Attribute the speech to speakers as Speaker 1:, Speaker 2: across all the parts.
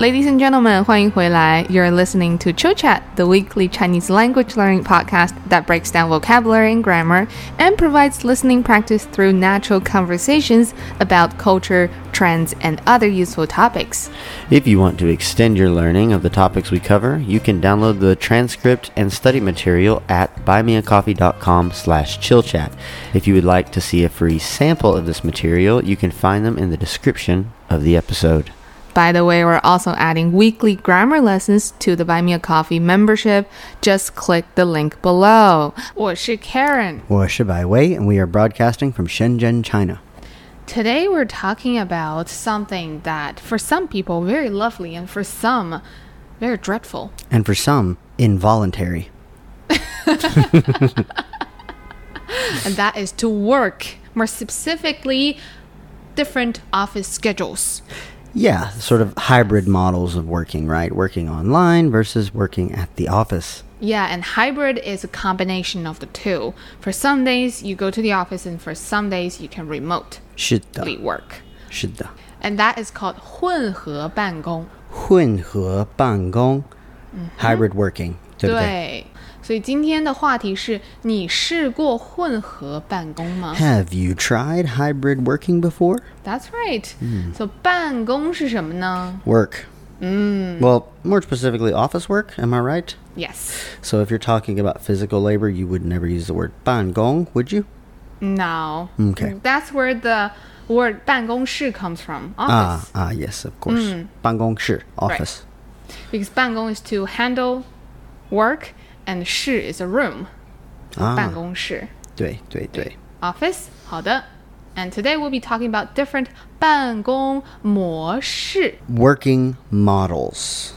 Speaker 1: Ladies and gentlemen, 欢迎回来。You're listening to Chill Chat, the weekly Chinese language learning podcast that breaks down vocabulary and grammar and provides listening practice through natural conversations about culture, trends, and other useful topics.
Speaker 2: If you want to extend your learning of the topics we cover, you can download the transcript and study material at buymeacoffee.com slash chillchat. If you would like to see a free sample of this material, you can find them in the description of the episode.
Speaker 1: By the way, we're also adding weekly grammar lessons to the Buy Me a Coffee membership. Just click the link below. 我是 Karen.
Speaker 2: 我是百威, and we are broadcasting from Shenzhen, China.
Speaker 1: Today we're talking about something that for some people very lovely and for some very dreadful.
Speaker 2: And for some, involuntary.
Speaker 1: And that is to work, more specifically different office schedules.
Speaker 2: Yeah, sort of hybrid models of working, right? Working online versus working at the office.
Speaker 1: Yeah, and hybrid is a combination of the two. For some days you go to the office and for some days you can remotely
Speaker 2: 是的，
Speaker 1: work.
Speaker 2: 是的。
Speaker 1: And that is called 混合办公.
Speaker 2: 混合办公 hybrid working，对不对
Speaker 1: 对，所以今天的话题是你试过混合办公吗
Speaker 2: ？Have you tried hybrid working before?
Speaker 1: ？That's right。So
Speaker 2: Hmm.
Speaker 1: 办公是什么呢
Speaker 2: Work. Mm. Well, more specifically, office work. Am I right?
Speaker 1: ？Yes。
Speaker 2: So, if you're talking about physical labor, you would never use the word 办公, would you?
Speaker 1: No.
Speaker 2: Okay.
Speaker 1: That's where the word 办公室 comes from. Office.
Speaker 2: Ah, ah, yes, of course. 办公室 office.
Speaker 1: Because 办公 is to handle work and 室 is a room. 办公室
Speaker 2: Ah, 对对对
Speaker 1: office 好的。And today we'll be talking about different 办公模式。
Speaker 2: Working models.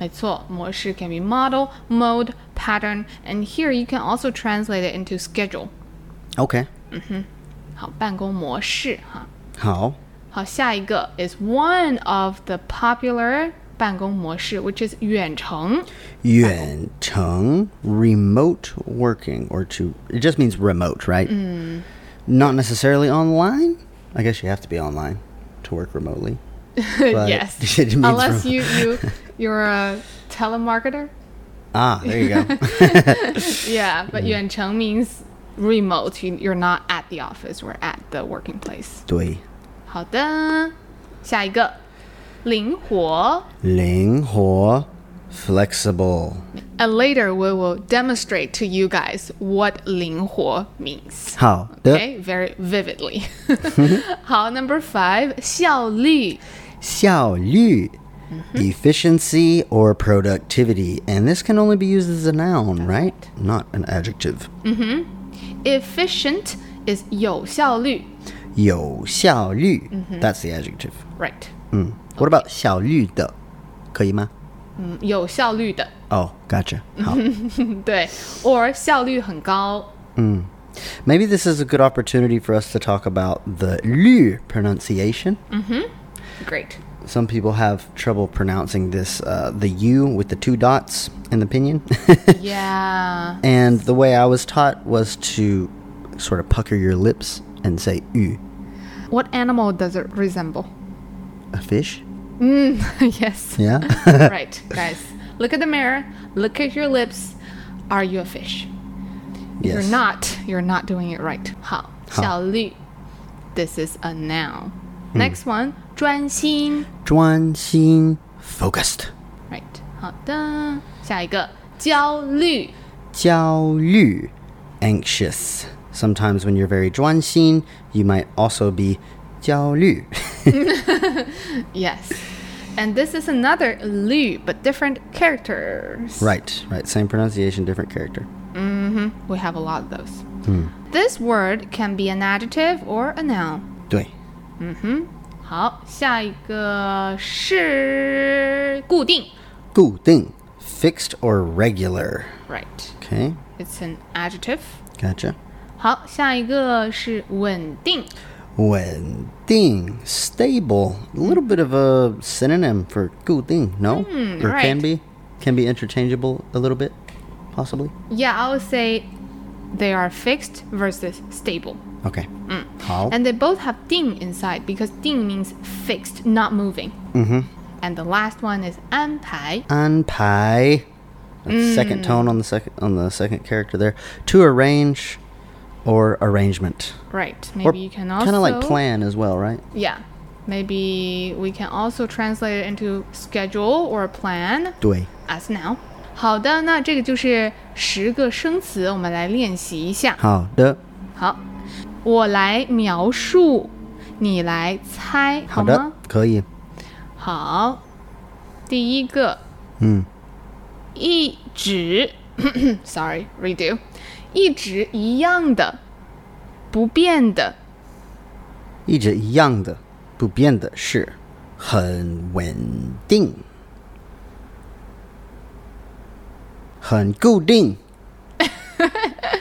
Speaker 1: 没错，模式 can be model, mode, pattern, and here you can also translate it into schedule.
Speaker 2: Okay.
Speaker 1: 好，办公模式哈。好，下一个
Speaker 2: How?
Speaker 1: is one of the popular 办公模式 which is 远程
Speaker 2: 远程 remote working or to it just means remote right not necessarily online i guess you have to be online to work remotely But
Speaker 1: yes
Speaker 2: it means
Speaker 1: unless
Speaker 2: rem-
Speaker 1: you you you're a telemarketer
Speaker 2: ah there you go
Speaker 1: yeah but 远程 means remote you, you're not at the office or at the working place
Speaker 2: 对好的，下一个灵活灵活 flexible
Speaker 1: And later we will demonstrate to you guys what 灵活 means.
Speaker 2: 好
Speaker 1: Okay, very vividly. 好，Number five，效率。
Speaker 2: 效率 efficiency or productivity and this can only be used as a noun right not an adjective
Speaker 1: Efficient is 有效率
Speaker 2: 有效率 that's the adjective
Speaker 1: ，right？
Speaker 2: What about 小绿的？可以吗？
Speaker 1: 嗯，有效率的，
Speaker 2: Oh, gotcha. 好。
Speaker 1: 对，or 效率很高。
Speaker 2: Maybe this is a good opportunity for us to talk about the 绿 pronunciation.
Speaker 1: Great.
Speaker 2: Some people have trouble pronouncing this, uh, the U with the two dots in the pinion.
Speaker 1: Yeah.
Speaker 2: and the way I was taught was to sort of pucker your lips and say U.
Speaker 1: What animal does it resemble?
Speaker 2: A fish?
Speaker 1: Mm, yes.
Speaker 2: Yeah.
Speaker 1: Right, guys. Look at the mirror. Look at your lips. Are you a fish? If
Speaker 2: Yes.
Speaker 1: You're not. You're not doing it right. 好，效率。This is a noun. Next one，专心。
Speaker 2: 专心 focused.
Speaker 1: Right，好的。下一个，焦虑。
Speaker 2: 焦虑 anxious. Sometimes when you're very 专心, you might also be 焦虑.
Speaker 1: Yes. And this is another 绿 but different characters.
Speaker 2: Right, right. Same pronunciation, different character.
Speaker 1: We have a lot of those. This word can be an adjective or a noun.
Speaker 2: 对，
Speaker 1: 好，下一个是固定。
Speaker 2: 固定 fixed or regular.
Speaker 1: Right.
Speaker 2: Okay,
Speaker 1: It's an adjective.
Speaker 2: gotcha.
Speaker 1: 好，下一个是稳定。
Speaker 2: 稳定 stable. A little bit of a synonym for 固定, no? or
Speaker 1: Hmm, right.
Speaker 2: can be, can be interchangeable a little bit. possibly?
Speaker 1: Yeah, I would say they are fixed versus stable.
Speaker 2: Okay. 嗯，好。
Speaker 1: Mm. And they both have ding inside because ding means fixed, not moving.
Speaker 2: Mm-hmm.
Speaker 1: And the last one is 安排.
Speaker 2: 安排. That's
Speaker 1: Mm.
Speaker 2: Second tone on the second on the second character there. To arrange, or arrangement,
Speaker 1: Right.
Speaker 2: or
Speaker 1: Maybe you can also
Speaker 2: kind of like plan as well, right?
Speaker 1: Yeah. Maybe we can also translate it into schedule or plan
Speaker 2: 对。
Speaker 1: as now. 好的，那这个就是十个生词，我们来练习一下。
Speaker 2: 好的，
Speaker 1: 好，我来描述，你来猜，
Speaker 2: 好的
Speaker 1: 吗？，
Speaker 2: 可以。
Speaker 1: 好，第一个，
Speaker 2: 嗯，
Speaker 1: 一 直，sorry redo，一直一样的，不变的，
Speaker 2: 一直一样的，不变的是很稳定，很 固定。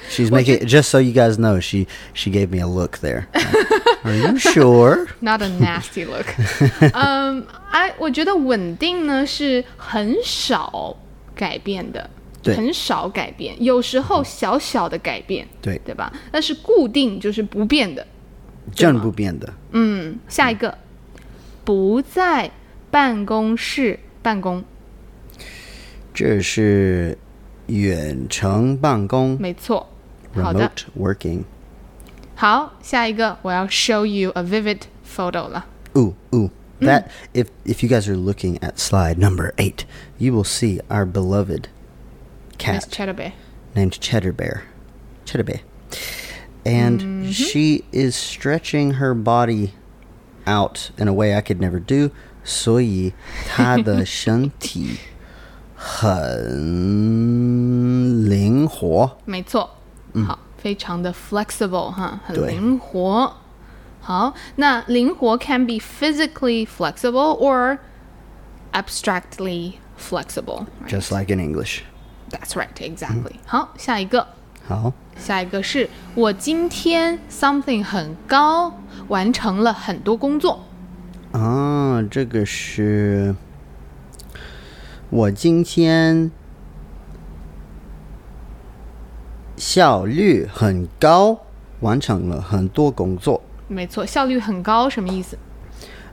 Speaker 2: She's making just so you guys know. She she gave me a look there. Are you sure?
Speaker 1: Not a nasty look 嗯，哎，我觉得稳定呢是很少改变的，
Speaker 2: 对
Speaker 1: 很少改变，有时候小小的改变，
Speaker 2: 对
Speaker 1: 对吧？但是固定就是不变的。
Speaker 2: 正不变的，
Speaker 1: 嗯，下一个，不在办公室办公，
Speaker 2: 这是远程办公
Speaker 1: 没错。好的，
Speaker 2: （remote working）。
Speaker 1: 好，下一个我要 show you a vivid photo 了。
Speaker 2: Ooh, ooh. That if if you guys are looking at slide number eight, you will see our beloved
Speaker 1: Miss
Speaker 2: cat
Speaker 1: c h a t t e r b a y
Speaker 2: named Cheddar Bear. Cheddar Bear. And she is stretching her body out in a way I could never do. 所以她的身体很灵活。
Speaker 1: 没错，好，非常的 flexible 哈，很
Speaker 2: 对
Speaker 1: 灵活。好，那灵活 can be physically flexible or abstractly flexible. right?
Speaker 2: Just like in English.
Speaker 1: That's right, exactly. 好，下一个，
Speaker 2: 好，
Speaker 1: 下一个是我今天 something 很高，完成了很多工作。
Speaker 2: 啊，这个是我今天效率很高，完成了很多工作。
Speaker 1: 没错，效率很高什么意思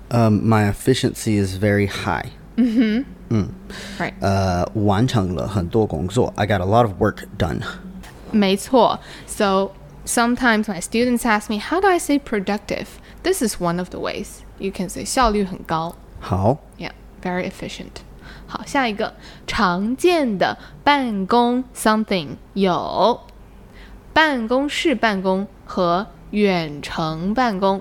Speaker 2: 呃、m y efficiency is very high。
Speaker 1: ？Right.
Speaker 2: 呃，完成了很多工作。I got a lot of work done。
Speaker 1: 没错。So sometimes my students ask me, how do I say productive? This is one of the ways. You can say 效率很高.
Speaker 2: 好，
Speaker 1: Yeah, very efficient. 好，下一个常见的办公 something 有办公室办公和远程办公。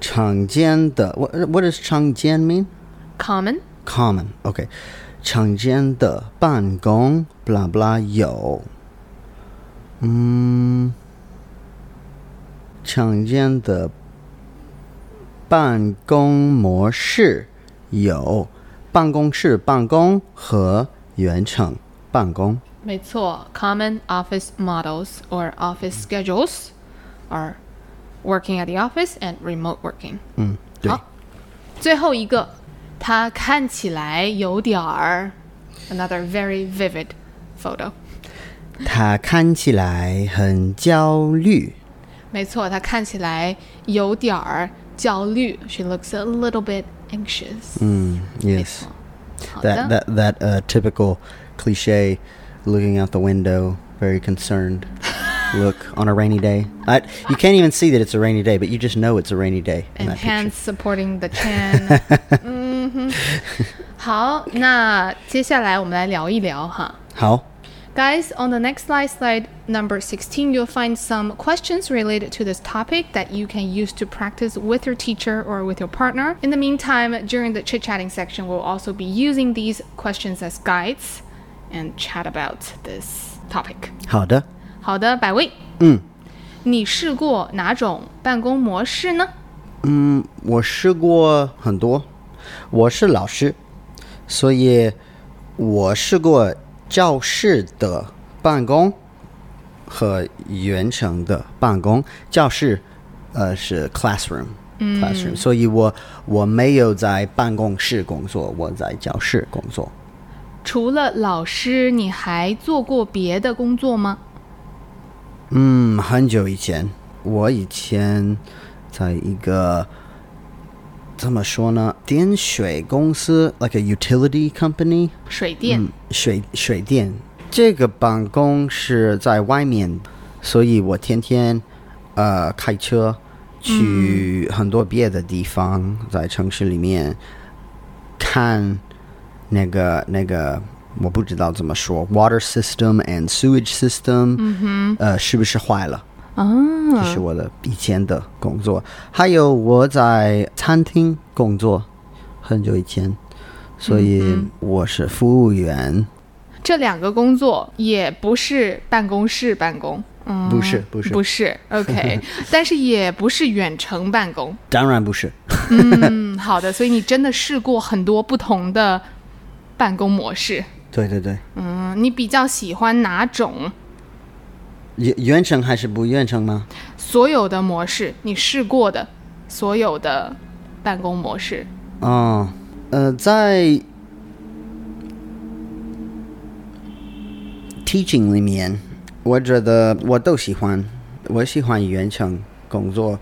Speaker 2: 常见的。What What does 常见 mean?
Speaker 1: Common
Speaker 2: Common. OK，常见的办公，blah blah 有，嗯，常见的办公模式有办公室办公和远程办公。
Speaker 1: 没错，common office models or office schedules are working at the office and remote working.
Speaker 2: 嗯，对，
Speaker 1: 好最后一个，它看起来有点儿，another very vivid photo。
Speaker 2: 他看起来很焦虑。
Speaker 1: 没错，它看起来有点儿焦虑。She looks a little bit anxious。
Speaker 2: 嗯，yes。
Speaker 1: 好
Speaker 2: that
Speaker 1: 的，
Speaker 2: that that uh, typical cliche looking out the window very concerned look on a rainy day I, you can't even see that it's a rainy day but you just know it's a rainy day in
Speaker 1: and
Speaker 2: that picture.
Speaker 1: hands supporting the chin。嗯 哼，好，那接下来我们来聊一聊哈。
Speaker 2: how
Speaker 1: Guys, on the next slide, slide number 16, you'll find some questions related to this topic that you can use to practice with your teacher or with your partner. In the meantime, during the chit chatting section, we'll also be using these questions as guides and chat about this topic.
Speaker 2: 好的
Speaker 1: 好的，百威，
Speaker 2: 嗯，
Speaker 1: 你试过哪种办公模式呢？
Speaker 2: 我试过很多，我是老师，所以我试过教室的办公和远程的办公。教室，呃，是 classroom，classroom，、所以我我没有在办公室工作，我在教室工作。
Speaker 1: 除了老师，你还做过别的工作吗？
Speaker 2: 嗯，很久以前，我以前在一个怎么说呢，电水公司，like a utility company，
Speaker 1: 水电。
Speaker 2: 水水电。这个办公是在外面，所以我天天呃开车去很多别的地方，在城市里面看那个那个。我不知道怎么说，water system and sewage system，、嗯、呃，是不是坏了？这是我的以前的工作，还有我在餐厅工作，很久以前，所以我是服务员，
Speaker 1: 这两个工作也不是办公室办公，嗯，
Speaker 2: 不是不是
Speaker 1: 不是 OK，但是也不是远程办公。
Speaker 2: 当然不是，
Speaker 1: 嗯，好的，所以你真的试过很多不同的办公模式。
Speaker 2: 对对对，
Speaker 1: 嗯，你比较喜欢哪种？
Speaker 2: 远远程还是不远程吗？
Speaker 1: 所有的模式，你试过的所有的办公模式，
Speaker 2: 哦，呃，在 teaching 里面，我觉得我都喜欢，我喜欢远程工作，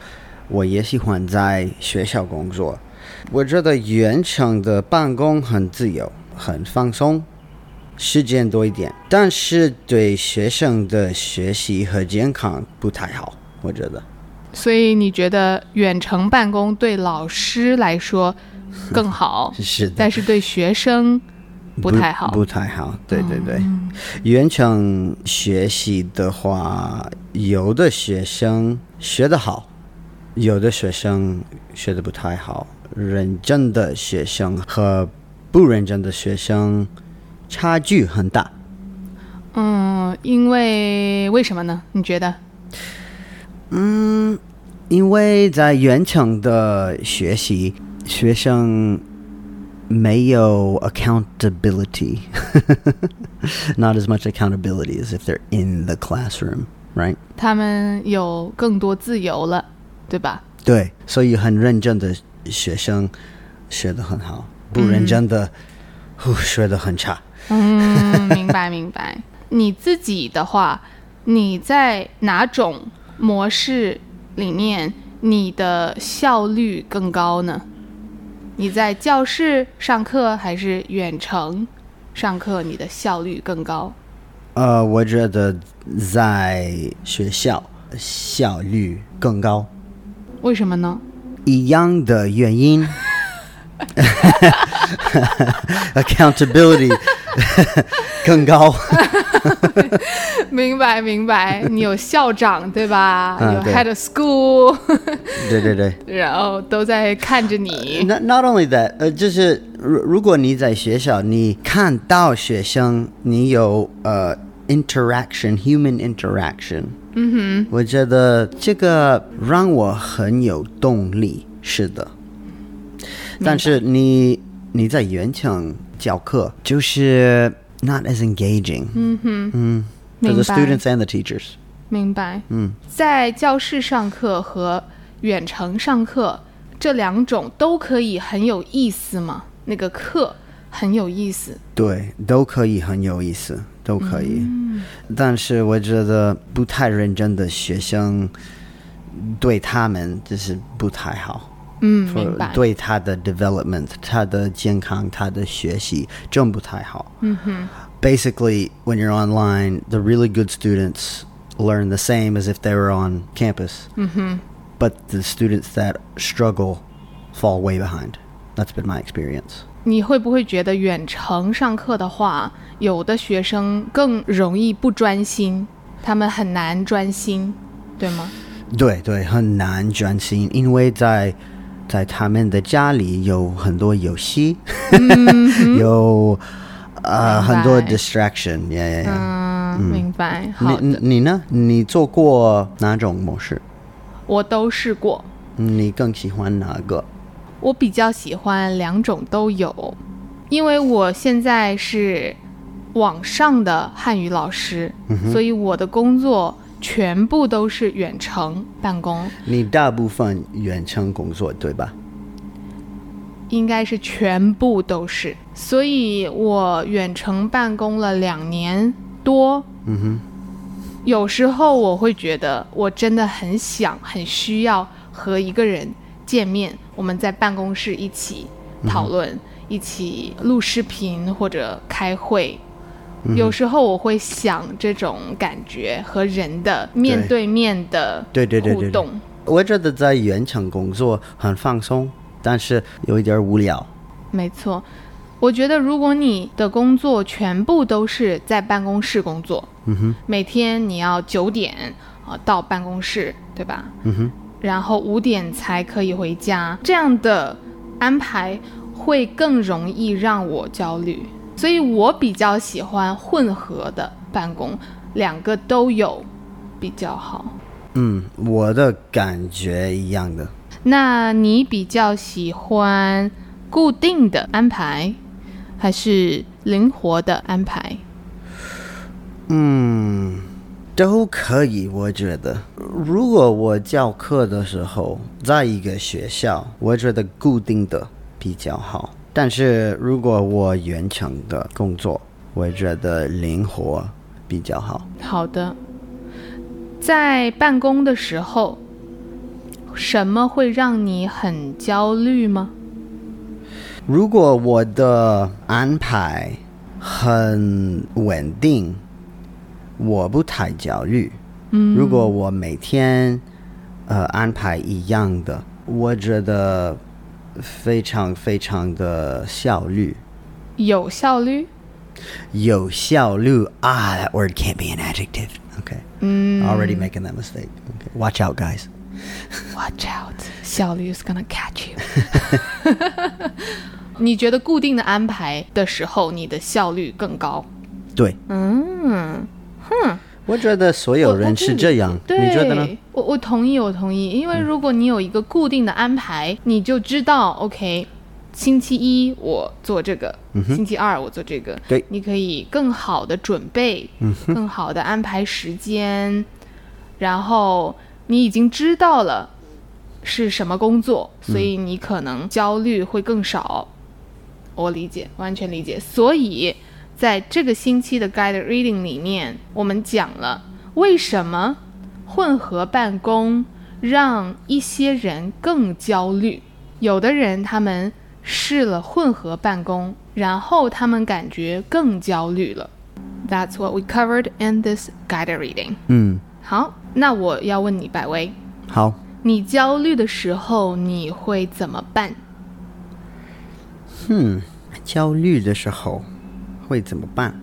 Speaker 2: 我也喜欢在学校工作。我觉得远程的办公很自由，很放松，时间多一点，但是对学生的学习和健康不太好，我觉得。，
Speaker 1: 所以你觉得远程办公对老师来说更好
Speaker 2: 是的。
Speaker 1: 但是对学生不太好。嗯
Speaker 2: 不太好，对对对。远程学习的话，有的学生学得好，有的学生学得不太好。认真的学生和不认真的学生差距很大。
Speaker 1: 嗯，因为为什么呢？你觉得？
Speaker 2: 因为在远程的学习，学生没有 accountability, not as much accountability as if they're in the classroom, right?
Speaker 1: 他们有更多自由了，对吧？
Speaker 2: 对，所以很认真的学生学得很好，不认真的，呼学得很差。
Speaker 1: 嗯，明白明白。你自己的话，你在哪种模式里面你的效率更高呢？你在教室上课还是远程上课，你的效率更高？
Speaker 2: 呃，我觉得在学校效率更高，
Speaker 1: 为什么呢？
Speaker 2: 一样的原因。Accountability 更高，
Speaker 1: 明白明白，你有校长对吧？
Speaker 2: 嗯
Speaker 1: 有
Speaker 2: 对
Speaker 1: head of school，
Speaker 2: 对对对。
Speaker 1: 然后都在看着你。
Speaker 2: Not not only that，呃，就是如如果你在学校，你看到学生，你有呃 interaction，human interaction，嗯哼，我觉得这个让我很有动力，是的。但是你你在原程教课，就是 not as engaging，嗯哼，嗯，for
Speaker 1: 明白
Speaker 2: the students and the teachers，
Speaker 1: 明白。嗯，在教室上课和远程上课这两种都可以很有意思吗？那个课很有意思。
Speaker 2: 对，都可以很有意思，都可以。但是我觉得不太认真的学生，对他们就是不太好。
Speaker 1: 嗯，
Speaker 2: 或
Speaker 1: 明白。
Speaker 2: 对他的 development、他的健康、他的学习，真不太好。嗯哼。Basically, when you're online, the really good students learn the same as if they were on campus. Mm-hmm. But the students that struggle fall way behind. That's been my experience.
Speaker 1: 你会不会觉得远程上课的话，有的学生更容易不专心，他们很难专心，对吗？
Speaker 2: 对对，很难专心，因为在在他们的家里有很多游戏， 有呃
Speaker 1: 嗯明白
Speaker 2: 很多 distraction yeah, yeah, yeah.。
Speaker 1: 嗯，明白。好
Speaker 2: 你
Speaker 1: 的，
Speaker 2: 你呢？你做过哪种模式？
Speaker 1: 我都试过。
Speaker 2: 你更喜欢哪个？
Speaker 1: 我比较喜欢两种都有，因为我现在是网上的汉语老师，所以我的工作全部都是远程办公，
Speaker 2: 你大部分远程工作对吧？
Speaker 1: 应该是全部都是。所以我远程办公了两年多。嗯哼，有时候我会觉得我真的很想、很需要和一个人见面，我们在办公室一起讨论、一起录视频或者开会。有时候我会想这种感觉和人的面对面的
Speaker 2: 对对对对
Speaker 1: 互
Speaker 2: 对
Speaker 1: 动，
Speaker 2: 我觉得在原厂工作很放松，但是有一点无聊。
Speaker 1: 没错。我觉得如果你的工作全部都是在办公室工作，
Speaker 2: 嗯哼，
Speaker 1: 每天你要九点啊、呃到办公室，对吧？
Speaker 2: 嗯哼，
Speaker 1: 然后五点才可以回家，这样的安排会更容易让我焦虑，所以我比较喜欢混合的办公，两个都有比较好。
Speaker 2: 嗯，我的感觉一样的。
Speaker 1: 那你比较喜欢固定的安排，还是灵活的安排？
Speaker 2: 嗯，都可以，我觉得。如果我教课的时候在一个学校，我觉得固定的比较好。但是如果我原厂的工作，我觉得灵活比较好。
Speaker 1: 好的，在办公的时候，什么会让你很焦虑吗？
Speaker 2: 如果我的安排很稳定，我不太焦虑。嗯，如果我每天呃安排一样的，我觉得非常非常的效率，
Speaker 1: 有效率？
Speaker 2: 有效率啊。That word can't be an adjective. Okay.
Speaker 1: 嗯
Speaker 2: Already making that mistake. Okay. Watch out, guys.
Speaker 1: Watch out，效率 is gonna catch you 。 你觉得固定的安排的时候，你的效率更高？
Speaker 2: 对，
Speaker 1: 嗯。
Speaker 2: 我觉得所
Speaker 1: 我
Speaker 2: 有
Speaker 1: 我
Speaker 2: 人
Speaker 1: 可
Speaker 2: 是
Speaker 1: 以
Speaker 2: 这样，
Speaker 1: 对，
Speaker 2: 你觉得呢？嗯
Speaker 1: 我我同意，我同意，因为如果你有一个固定的安排，你就知道，OK，星期一我做这个，星期二我做这个，
Speaker 2: 嗯对嗯
Speaker 1: 你可以更好的准备，更好的安排时间，然后你已经知道了是什么工作，
Speaker 2: 嗯
Speaker 1: 所以你可能焦虑会更少。我理解，完全理解。所以，在这个星期的 Guide Reading 里面，我们讲了为什么混合办公让一些人更焦虑。有的人他们试了混合办公，然后他们感觉更焦虑了。That's what we covered in this guide reading。
Speaker 2: 嗯，
Speaker 1: 好，那我要问你，百威，
Speaker 2: 好。
Speaker 1: 你焦虑的时候你会怎么办？
Speaker 2: 嗯，焦虑的时候会怎么办？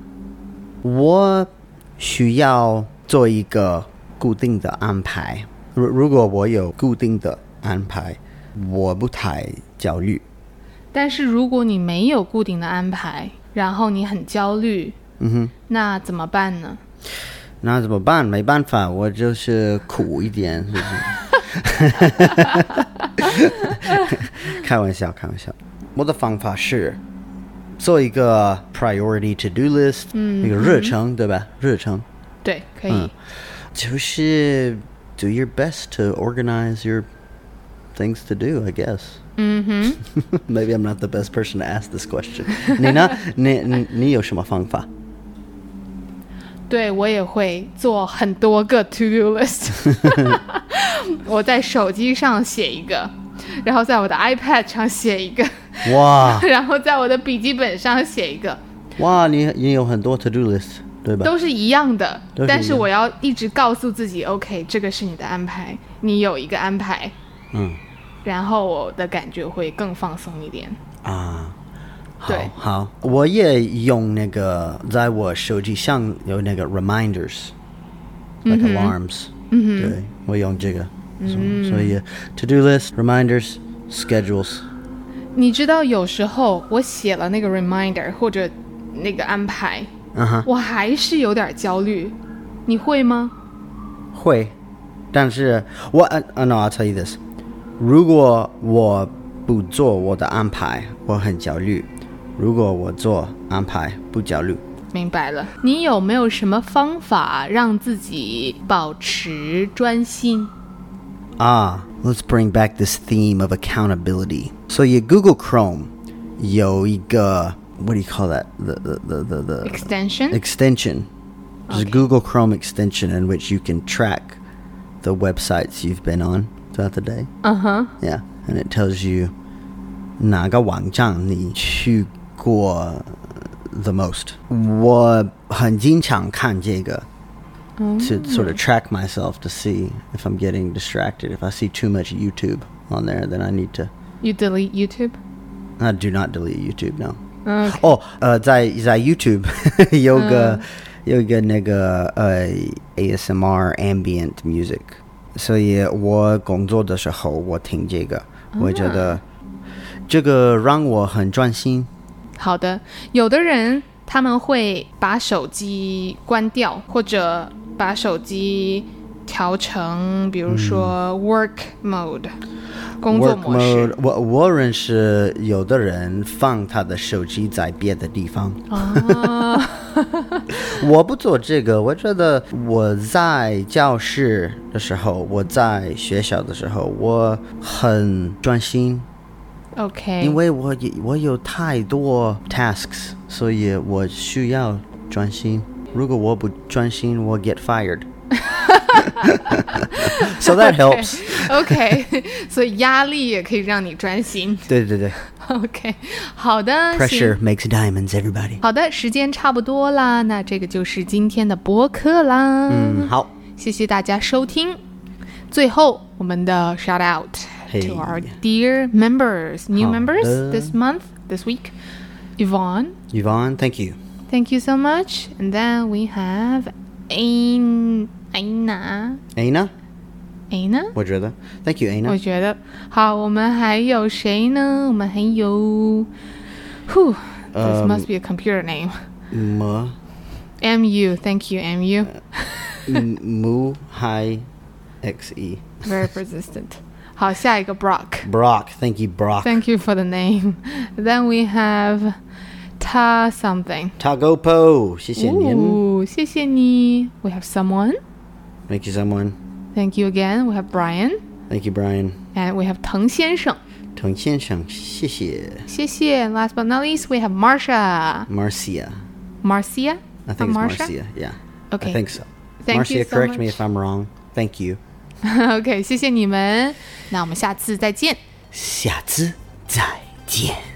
Speaker 2: 我需要做一个固定的安排。如如果我有固定的安排，我不太焦虑。
Speaker 1: 但是如果你没有固定的安排，然后你很焦虑，
Speaker 2: 嗯哼，
Speaker 1: 那怎么办呢？
Speaker 2: 那怎么办？没办法，我就是苦一点，是 不是？开玩笑，开玩笑。我的方法是做一个 priority to do list，嗯，一个日程，对吧？日程。
Speaker 1: 对，可以。
Speaker 2: 嗯就是 do your best to organize your things to do, I guess.
Speaker 1: 嗯哼，
Speaker 2: Maybe I'm not the best person to ask this question. 你呢？你你你有什么方法？
Speaker 1: 对我也会做很多个 to do list，我在手机上写一个，然后在我的 iPad 上写一个，
Speaker 2: 啊哇
Speaker 1: 然后在我的笔记本上写一个，
Speaker 2: 啊哇，你你有很多 to do list，对吧？
Speaker 1: 都是一样的。
Speaker 2: 都是一样
Speaker 1: 但是我要一直告诉自己，OK，这个是你的安排，你有一个安排，
Speaker 2: 嗯
Speaker 1: 然后我的感觉会更放松一点。
Speaker 2: 啊，好
Speaker 1: 对
Speaker 2: 好，我也用那个，在我手机上有那个 reminders，like alarms，、对我用这个，所所以 to do list，reminders，schedules，
Speaker 1: 你知道，有时候我写了那个 reminder 或者那个安排，
Speaker 2: 嗯哼。
Speaker 1: 我还是有点焦虑。你会吗？
Speaker 2: 会，但是我呃呃 no，I'll tell you this，如果我不做我的安排，我很焦虑；如果我做安排，不焦虑。
Speaker 1: 明白了。你有没有什么方法让自己保持专心？
Speaker 2: Ah, let's bring back this theme of accountability. So, your Google Chrome 有一个 what do you call that? The the the the, the
Speaker 1: Extension?
Speaker 2: extension. There's
Speaker 1: Okay.
Speaker 2: a Google Chrome extension in which you can track the websites you've been on throughout the day.
Speaker 1: Uh huh.
Speaker 2: Yeah, and it tells you 哪个网站你去过 the most. 我很经常看这个 to sort of track myself to see if I'm getting distracted. If I see too much YouTube on there, then I need to.
Speaker 1: You delete YouTube?
Speaker 2: I Uh, do not delete YouTube now.
Speaker 1: Okay. Uh.
Speaker 2: 哦，呃，在在 YouTube 有个、有一个那个呃 ASMR ambient music，所以我工作的时候我听这个，我觉得这个让我很专心。
Speaker 1: 好的，有的人他们会把手机关掉，或者把手机调成，比如
Speaker 2: 嗯
Speaker 1: 说 work mode，、工作
Speaker 2: Work
Speaker 1: 模式
Speaker 2: mode，我我认识有的人放他的手机在别的地方，
Speaker 1: 啊，
Speaker 2: 我不做这个。我觉得我在教室的时候，我在学校的时候，我很专心。
Speaker 1: OK，
Speaker 2: 因为我也我有太多 tasks，所以我需要专心。如果我不专心，我 get fired。so that helps.
Speaker 1: OK，所以压力也可以让你专心。
Speaker 2: 对对对
Speaker 1: OK，好的行
Speaker 2: ，pressure makes diamonds, everybody。
Speaker 1: 好的，时间差不多啦，那这个就是今天的播客啦。
Speaker 2: 嗯，好，
Speaker 1: 谢谢大家收听。最后，我们的 shout out to
Speaker 2: Hey.
Speaker 1: our dear members, new
Speaker 2: 好
Speaker 1: members
Speaker 2: 的
Speaker 1: this month, this week. Yvonne,
Speaker 2: Yvonne, thank you.
Speaker 1: thank you so much. And then we have Ain, Aina,
Speaker 2: Ana，
Speaker 1: Aina.
Speaker 2: 我觉得，thank you,
Speaker 1: 我
Speaker 2: Ana。
Speaker 1: 觉得好，我们还有谁呢？我们还有，who this
Speaker 2: Um,
Speaker 1: must be a computer name.
Speaker 2: 么
Speaker 1: Mu, thank you, Mu.
Speaker 2: mu hi x e
Speaker 1: Very persistent. 好，下一个 Brock.
Speaker 2: Brock, thank you, Brock.
Speaker 1: Thank you for the name. Then we have Ta something.
Speaker 2: Tagopo，谢谢您。
Speaker 1: Ooh, 谢谢你. We have someone.
Speaker 2: Thank you, someone.
Speaker 1: Thank you again. We have Brian.
Speaker 2: Thank you, Brian.
Speaker 1: And we have Teng
Speaker 2: 滕先生，谢谢
Speaker 1: 谢谢. And last but not least, we have Marsha.
Speaker 2: Marcia.
Speaker 1: Marcia?
Speaker 2: I
Speaker 1: Uh,
Speaker 2: think it's
Speaker 1: Marcia?
Speaker 2: Marcia. Yeah.
Speaker 1: Okay.
Speaker 2: I think so.
Speaker 1: Thank
Speaker 2: Marcia,
Speaker 1: you so
Speaker 2: correct me
Speaker 1: much.
Speaker 2: if I'm wrong. Thank you.
Speaker 1: okay, 谢谢你们。那我们下次再见。
Speaker 2: 下次再见。